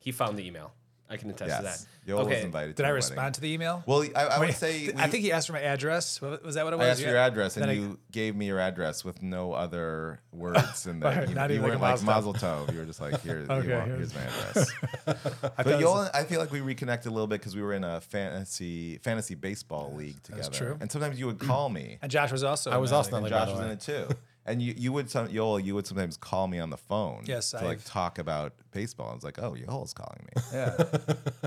He found the email. I can attest to
Yes.
that.
Yoel
okay,
was invited.
Did
to
I
the
respond
wedding.
to the email?
Well, I, I would
Wait,
say
th- I
we-
think he asked for my address. Wa- Was that what it was?
I asked for
Yeah.
your address, and
Then I-
you gave me your address with no other words in there.
Alright,
You,
not
you
even
weren't
like
like
a
mazel tov. You were just like, here,
Okay,
you want,
here's-
here's my address.
I
but
thought it was-
Yolan, I feel like we reconnected a little bit because we were in a fantasy fantasy baseball league together.
true.
And sometimes you would call me,
and Josh was also.
I was
in my
also
wedding.
and
Like, by
Josh
the
was in
way.
it too. And you, you would some Joel, you would sometimes call me on the phone.
Yes,
to like
I've-
talk about baseball. I was like, oh, Joel's calling me.
Yeah.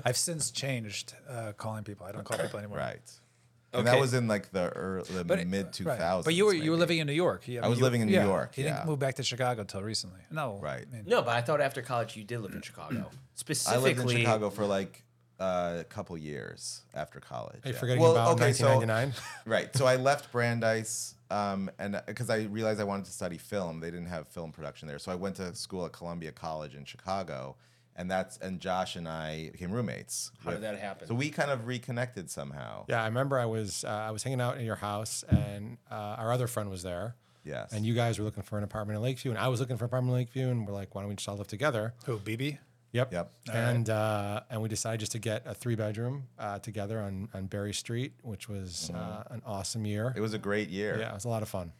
I've since changed uh, calling people. I don't call people anymore.
right. And that
Okay.
was in like the early, the
But it-
mid two
right.
thousands.
But you were you were living in New York. Yeah,
I was
you-
living in New
yeah.
York,
You
yeah.
didn't move back to Chicago until recently. No.
Right.
I mean,
No, but I thought after college you did live in Chicago.
I
Specifically,
lived in Chicago for like uh, a couple years after college.
Are you
yeah.
forgetting
Well,
about
okay, so-
1999?
right. So I left Brandeis, um, and because I realized I wanted to study film, they didn't have film production there. So I went to school at Columbia College in Chicago, and that's and Josh and I became roommates.
How did that happen?
So we kind of reconnected somehow.
yeah, I remember I was uh, I was hanging out in your house, and uh, our other friend was there.
Yes.
And you guys were looking for an apartment in Lakeview, and I was looking for an apartment in Lakeview, and we're like, why don't we just all live together?
Who? BB.
Yep.
Yep.
And uh, and we decided just to get a three bedroom uh, together on on Berry Street, which was uh, an awesome year.
Mm-hmm. It was a great year.
yeah, it was a lot of fun.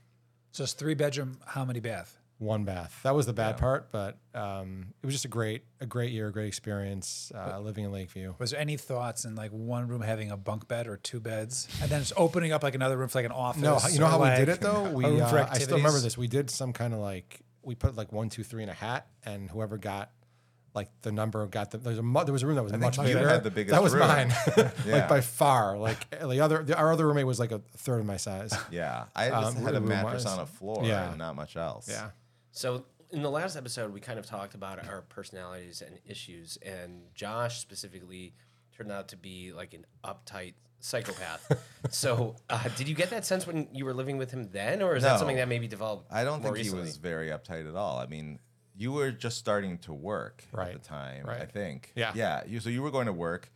So it's three bedroom. How many bath?
One bath. That was the bad part, but um, it was just a great a great year, a great experience uh, living in Lakeview.
Was there any thoughts in like one room having a bunk bed or two beds, and then just opening up like another room for like an office?
No, you know
or,
how we did
like,
it though. We
a room
uh,
for
I still remember
activities?
this. We did some kind of like we put like one, two, three in a hat, and whoever got like the number got the there's a mu- there was a room that was much
you
bigger.
had the biggest
that was
room.
mine,
Yeah.
like by far. Like eh, the other the, our other roommate was like a third of my size.
Yeah. I just
Um,
had a
room-wise.
mattress on a floor
Yeah.
and not much else.
Yeah,
So in the last episode, we kind of talked about our personalities and issues, and Josh specifically turned out to be like an uptight psychopath. so uh, did you get that sense when you were living with him then, or is
No.
that something that maybe developed?
I don't
more
think
recently?
he was very uptight at all. I mean, you were just starting to work
Right.
at the time, I
Right.
think.
Yeah.
Yeah. You, so you were going to work.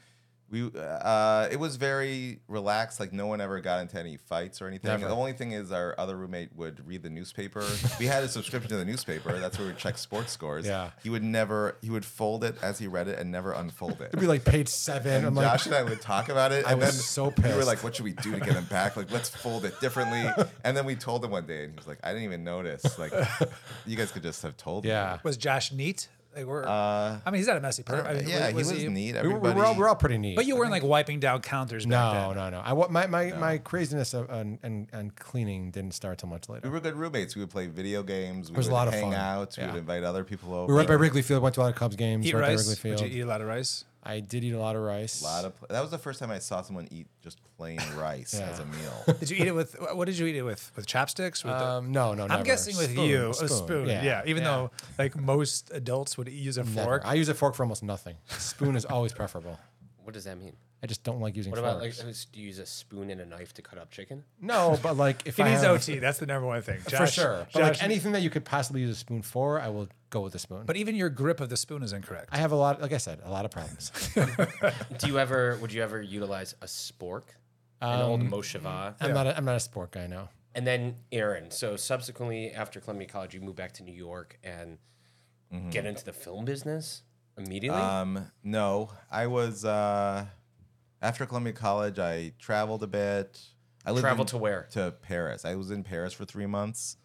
We uh, it was very relaxed. Like no one ever got into any fights or anything.
Never.
The only thing is our other roommate would read the newspaper. we had a subscription to the newspaper. That's where we check sports scores.
Yeah.
He would never. He would fold it as he read it and never unfold it.
it'd be like page seven. I'm
And
like,
Josh and I would talk about it.
I
and
was
then
so
We were
pissed.
like, what should we do to get him back? Like, let's fold it differently. And then we told him one day, and he was like, I didn't even notice. Like, you guys could just have told
yeah.
me.
Was Josh neat? Like, were,
Uh,
I mean, he's not a messy person. I mean,
yeah, he was neat.
We were,
Everybody,
we were all, we were all pretty neat.
But you weren't like wiping down counters. back
no,
then.
no, no. I wa- my my, my craziness of, and, and and cleaning didn't start till much later.
we were good roommates. We would play video games. We
was
would
a lot of
hang
fun.
out. We
Yeah.
would invite other people over.
We were right by Wrigley Field. Went to a lot of Cubs games.
Eat
right by Wrigley
rice.
Field.
Would you eat a lot of rice?
I did eat a lot of rice.
A lot of pl- that was the first time I saw someone eat just plain rice
Yeah.
as a meal.
Did you eat it with? What did you eat it with? With chopsticks? With the-
Um, no, no,
I'm guessing with you, a spoon. Yeah, even
though
though like most adults would use a fork.
I use a fork for almost nothing. Spoon is always preferable.
What does that mean?
I just don't like using
What about like?
forks.
Do you use a spoon and a knife to cut up chicken?
no, but like if
he
I
needs
have,
OT. That's the number one thing.
for
Josh-
sure. But
Josh-
like anything that you could possibly use a spoon for, I will go with a spoon.
but even your grip of the spoon is incorrect.
I have a lot, like I said, a lot of problems.
Do you ever? Would you ever utilize a spork? An old Mosheva.
I'm not, a, I'm not a sport guy. No,
And then Aaron. So subsequently, after Columbia College, you moved back to New York and get into the film business immediately.
Um, no, I was uh, after Columbia College. I traveled a bit. I lived
Travel
in-
to where?
To Paris. I was in Paris for three months,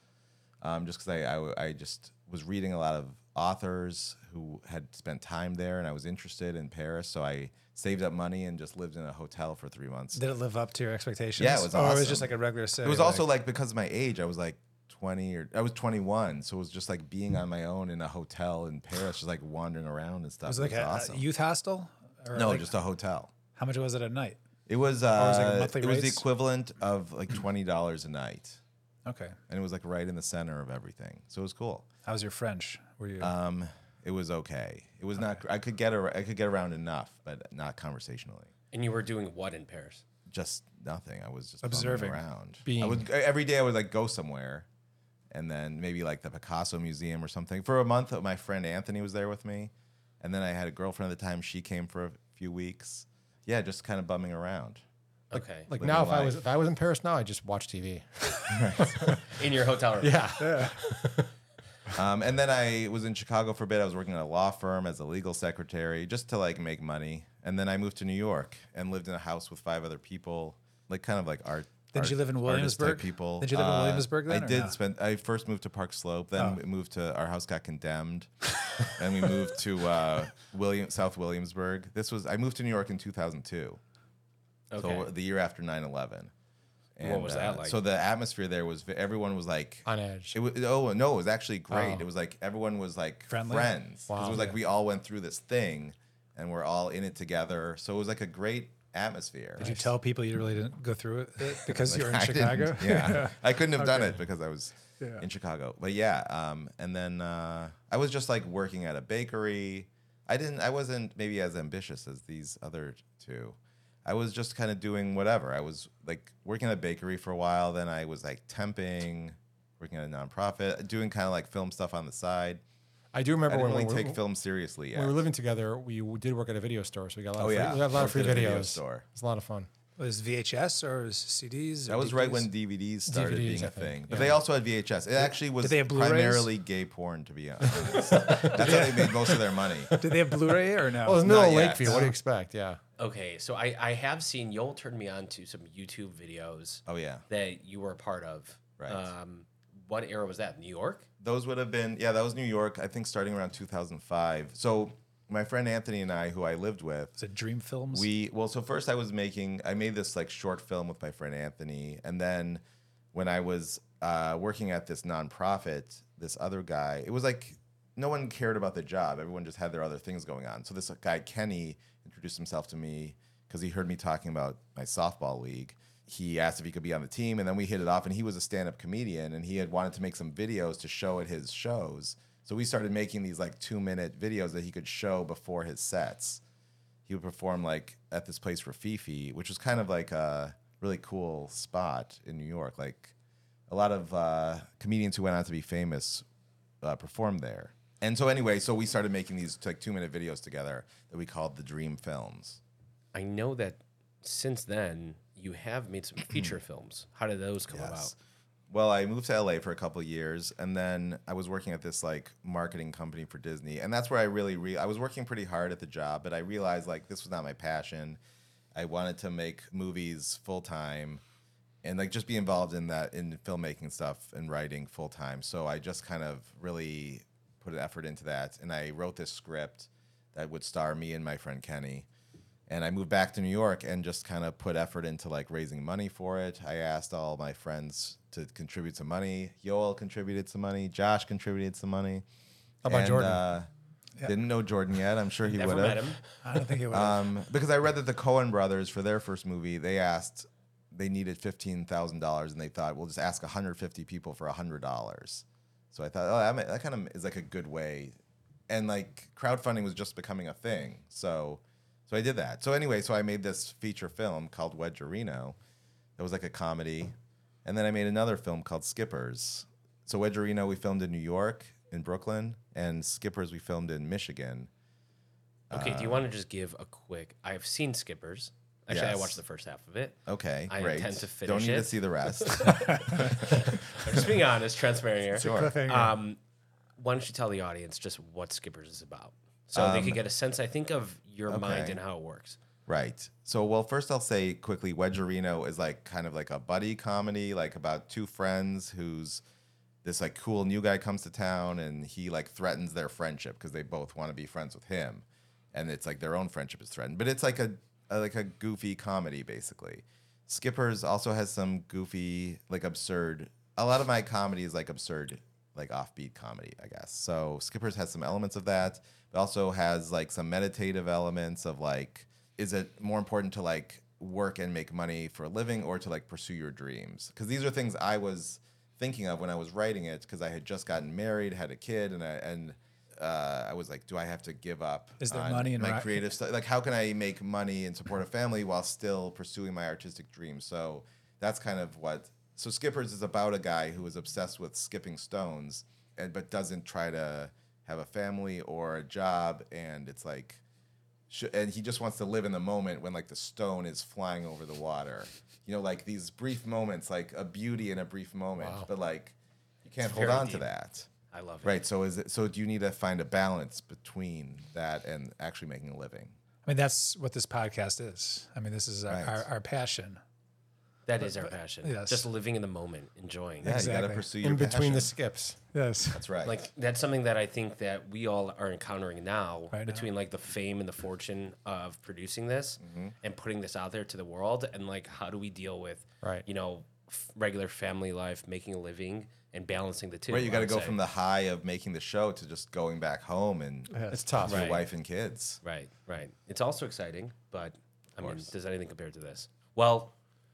um, just because I, I w- I just was reading a lot of authors who had spent time there, and I was interested in Paris. So I saved up money and just lived in a hotel for three months.
Did it live up to your expectations?
Yeah, it was
Or it was just
awesome.
like a regular city.
It was also like because of my age, I was like. 20 or I was 21, so it was just like being on my own in a hotel in Paris, just like wandering around and stuff.
it was like a, a
awesome.
youth hostel. Or
no,
like-
just a hotel.
how much was it a night?
It was
was Oh, it, like,
uh,
monthly
it was the
rates?
equivalent of like twenty dollars a night,
Okay,
and it was like right in the center of everything. So it was cool.
how's your French? Were you?
Um, it was okay. It was not. I could get ar- I could get around enough, but not conversationally.
and you were doing what in Paris?
Just nothing. I was just bumming
Observing.
around. I
Being.
would e, every day. I would like go somewhere, and then maybe like the Picasso Museum or something for a month. My friend Anthony was there with me, and then I had a girlfriend at the time. She came for a few weeks. Yeah, just kind of bumming around.
Okay.
like
Living
now if I was
life.
if I was in Paris now, I just watch TV.
in your hotel room.
Yeah,
Um, and then I was in Chicago for a bit. I was working at a law firm as a legal secretary just to like make money. And then I moved to New York and lived in a house with five other people, like kind of like art.
Did
art-
you live in
artist type
Williamsburg?
People. Uh,
Did you live in Williamsburg then
I
or
did
no? Oh.
spend. I first moved to Park Slope. Then we moved to our house got condemned, and we moved to uh, William South Williamsburg. This was I moved to New York in 2002,
Okay.
so the year after 9/11. And, uh,
was that like?
So the atmosphere there was everyone was like
on edge.
It was oh no, it was actually great.
Oh.
It was like everyone was like
Friendly?
friends. 'Cause
Wow.
It was like we all went through this thing, and we're all in it together. So it was like a great atmosphere.
Did you tell people you really didn't go through it it because you're in
I didn't-
Chicago?
Yeah, I couldn't have done it because I was
Yeah.
in Chicago. But yeah, um, and then uh, I was just like working at a bakery. I didn't. I wasn't maybe as ambitious as these other two. I was just kind of doing whatever. I was like working at a bakery for a while. Then I was like temping, working at a nonprofit, doing kind of like film stuff on the side.
I do
I
remember
didn't
when we
really
were,
take film seriously yet.
we were living together. We w- did work at a video store, so we got a lot.
Oh,
of free,
yeah.
we got a lot of
Worked
free
at a video
videos.
store.
It's a lot of fun.
Was VHS or was CDs? Or
That was right
DVDs?
when DVDs started
DVDs,
being
I
a
think.
thing. But they also had VHS. It actually was
they have Blu-rays?
primarily gay porn, to be honest. That's how they made most of their money.
Did they have Blu-ray or no?
Well, it's middle of
not yet.
Lakeview. What do you expect? Yeah.
Okay, so I, I have seen Yoel turn me on to some YouTube videos
Oh, yeah.
that you were a part of.
Right.
Um, what era was that? New York?
Those would have been, yeah, that was New York, I think starting around 2005. So my friend Anthony and I, who I lived with,
was it Dream Films?
We well, so first I was making I made this like short film with my friend Anthony, and then when I was uh, working at this nonprofit, this other guy, it was like no one cared about the job. Everyone just had their other things going on. So this guy Kenny introduced himself to me because he heard me talking about my softball league. He asked if he could be on the team, and then we hit it off. And he was a stand-up comedian, and he had wanted to make some videos to show at his shows. So we started making these like two-minute videos that he could show before his sets he would perform like at this place for Fifi, which was kind of like a really cool spot in New York. Like a lot of uh, comedians who went on to be famous uh, performed there. And so anyway, so we started making these like two minute videos together that we called the Dream Films.
I know that since then you have made some feature films. How did those come about?
Well, I moved to LA for a couple of years, and then I was working at this like marketing company for Disney, and that's where I really re- I was working pretty hard at the job, but I realized like this was not my passion. I wanted to make movies full time, and like just be involved in that in filmmaking stuff and writing full time. So I just kind of really put an effort into that, and I wrote this script that would star me and my friend Kenny and I moved back to New York and just kind of put effort into like raising money for it. I asked all my friends to contribute some money. Yoel contributed some money. Josh contributed some money.
How about
And,
Jordan?
Uh, Didn't know Jordan yet. I'm sure he
Never
would
met
have.
him.
I don't think it was.
Um, because I read that the Cohen brothers for their first movie, they asked they needed fifteen thousand dollars, and they thought we'll just ask 150 people for hundred dollars. So I thought, oh, that, might- that kind of is like a good way, and like crowdfunding was just becoming a thing. So, so I did that. So anyway, so I made this feature film called Wedgerino. It was like a comedy, and then I made another film called Skippers. So Wedgerino we filmed in New York, in Brooklyn, and Skippers we filmed in Michigan.
Okay, do you want to just give a quick? I've seen Skippers. Actually, I
Yes.
watched the first half of it.
Okay,
I
great.
intend to
Don't
finish
need
it.
to see the rest.
I'm just being honest, transparent here.
sure.
Um, why don't you tell the audience just what Skippers is about, so they could get a sense, I think, of your mind
Um, okay.
and how it works.
Right. So, well, first I'll say quickly, Wedgerino is like kind of like a buddy comedy, like about two friends who's this like cool new guy comes to town and he like threatens their friendship because they both want to be friends with him, and it's like their own friendship is threatened. But it's like a, a like a goofy comedy basically. Skippers also has some goofy, like absurd. A lot of my comedy is like absurd, like offbeat comedy, I guess. So Skippers has some elements of that, but also has like some meditative elements of like, is it more important to like work and make money for a living or to like pursue your dreams? Because these are things I was thinking of when I was writing it because I had just gotten married, had a kid, and I and uh, I was like, do I have to give up?
Is there
on
money in
my
rock-
creative? creative stuff. Like, how can I make money and support a family while still pursuing my artistic dreams? So that's kind of what. So Skippers is about a guy who is obsessed with skipping stones, and but doesn't try to have a family or a job, and it's like, sh- and he just wants to live in the moment when like the stone is flying over the water. You know, like these brief moments, like a beauty in a brief moment, but like you can't hold
very
on to
deep.
that.
I love it.
Right. So is it, so do you need to find a balance between that and actually making a living?
I mean, that's what this podcast is. I mean, this is our,
Right.
our, our passion.
That is our passion.
yes.
Just living in the moment, enjoying.
Yeah, you
Exactly.
gotta pursue your
in between the
passion.
skips.
Yes.
That's right.
Like that's something that I think that we all are encountering now
Right now.
between like the fame and the fortune of producing this
Mm-hmm.
and putting this out there to the world and like how do we deal with
Right.
you know f- regular family life, making a living and balancing the two.
right, you got
I
to
would
go
say.
from the high of making the show to just going back home and
It's tough.
your
Right.
wife and kids.
Right, right. It's also exciting, but I mean, does anything compare to this? Well,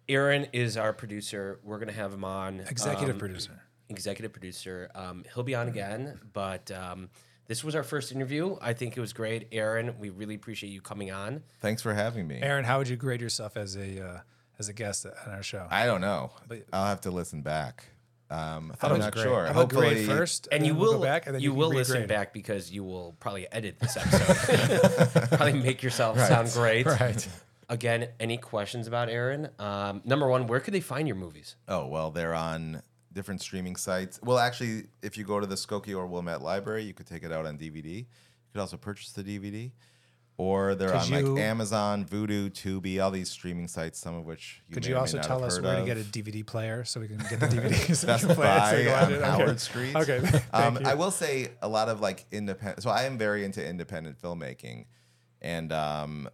Aaron is our producer. We're gonna have him on
Executive
um,
producer.
executive producer. Um, he'll be on again, but um, this was our first interview. I think it was great, Aaron. We really appreciate you coming on.
Thanks for having me.
Aaron, how would you grade yourself as a uh, as a guest on our show?
I don't know. I'll have to listen back. Um, I'm
about
not
grade-
sure.
How about grade
Hopefully-
first,
And
then
you
we'll
will
go back, and then
you,
can
will listen
regrade.
back because you will probably edit this episode. probably make yourself sound great.
Right.
Again, any questions about Aaron? Um, number one, where could they find your movies?
Oh, well, they're on different streaming sites. Well, actually, if you go to the Skokie or Wilmette Library, you could take it out on DVD. You could also purchase the DVD. Or they're
Could
on like
you-
Amazon, Vudu, Tubi, all these streaming sites, some of which you
Could
may
you
or may
also
not
tell
have
us
heard
where to
of.
get a DVD player so we can get the DVDs?
Best
and play it so we can watch
Buy on
it? Okay.
Howard Street.
Okay.
Um,
Thank you.
I will say a lot of like independent. So I am very into independent filmmaking, and um,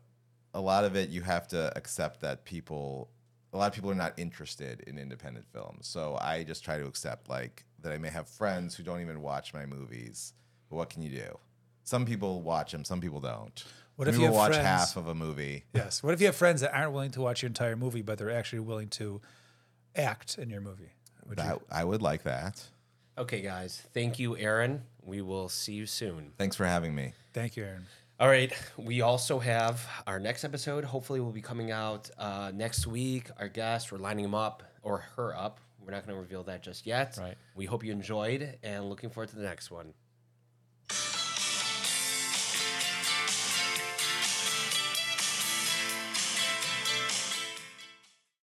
a lot of it you have to accept that people, a lot of people are not interested in independent films. So I just try to accept like that I may have friends who don't even watch my movies. But what can you do? Some people watch them, some people don't.
What
Some
if you
people
have
watch
friends-
half of a movie?
Yes. What if you have friends that aren't willing to watch your entire movie, but they're actually willing to act in your movie? Would you?
That, I would like that.
Okay, guys. Thank you, Aaron. We will see you soon.
Thanks for having me.
Thank you, Aaron.
All right. We also have our next episode. Hopefully, will be coming out uh, next week. Our guest, we're lining him up or her up. We're not going to reveal that just yet.
Right.
We hope you enjoyed and looking forward to the next one.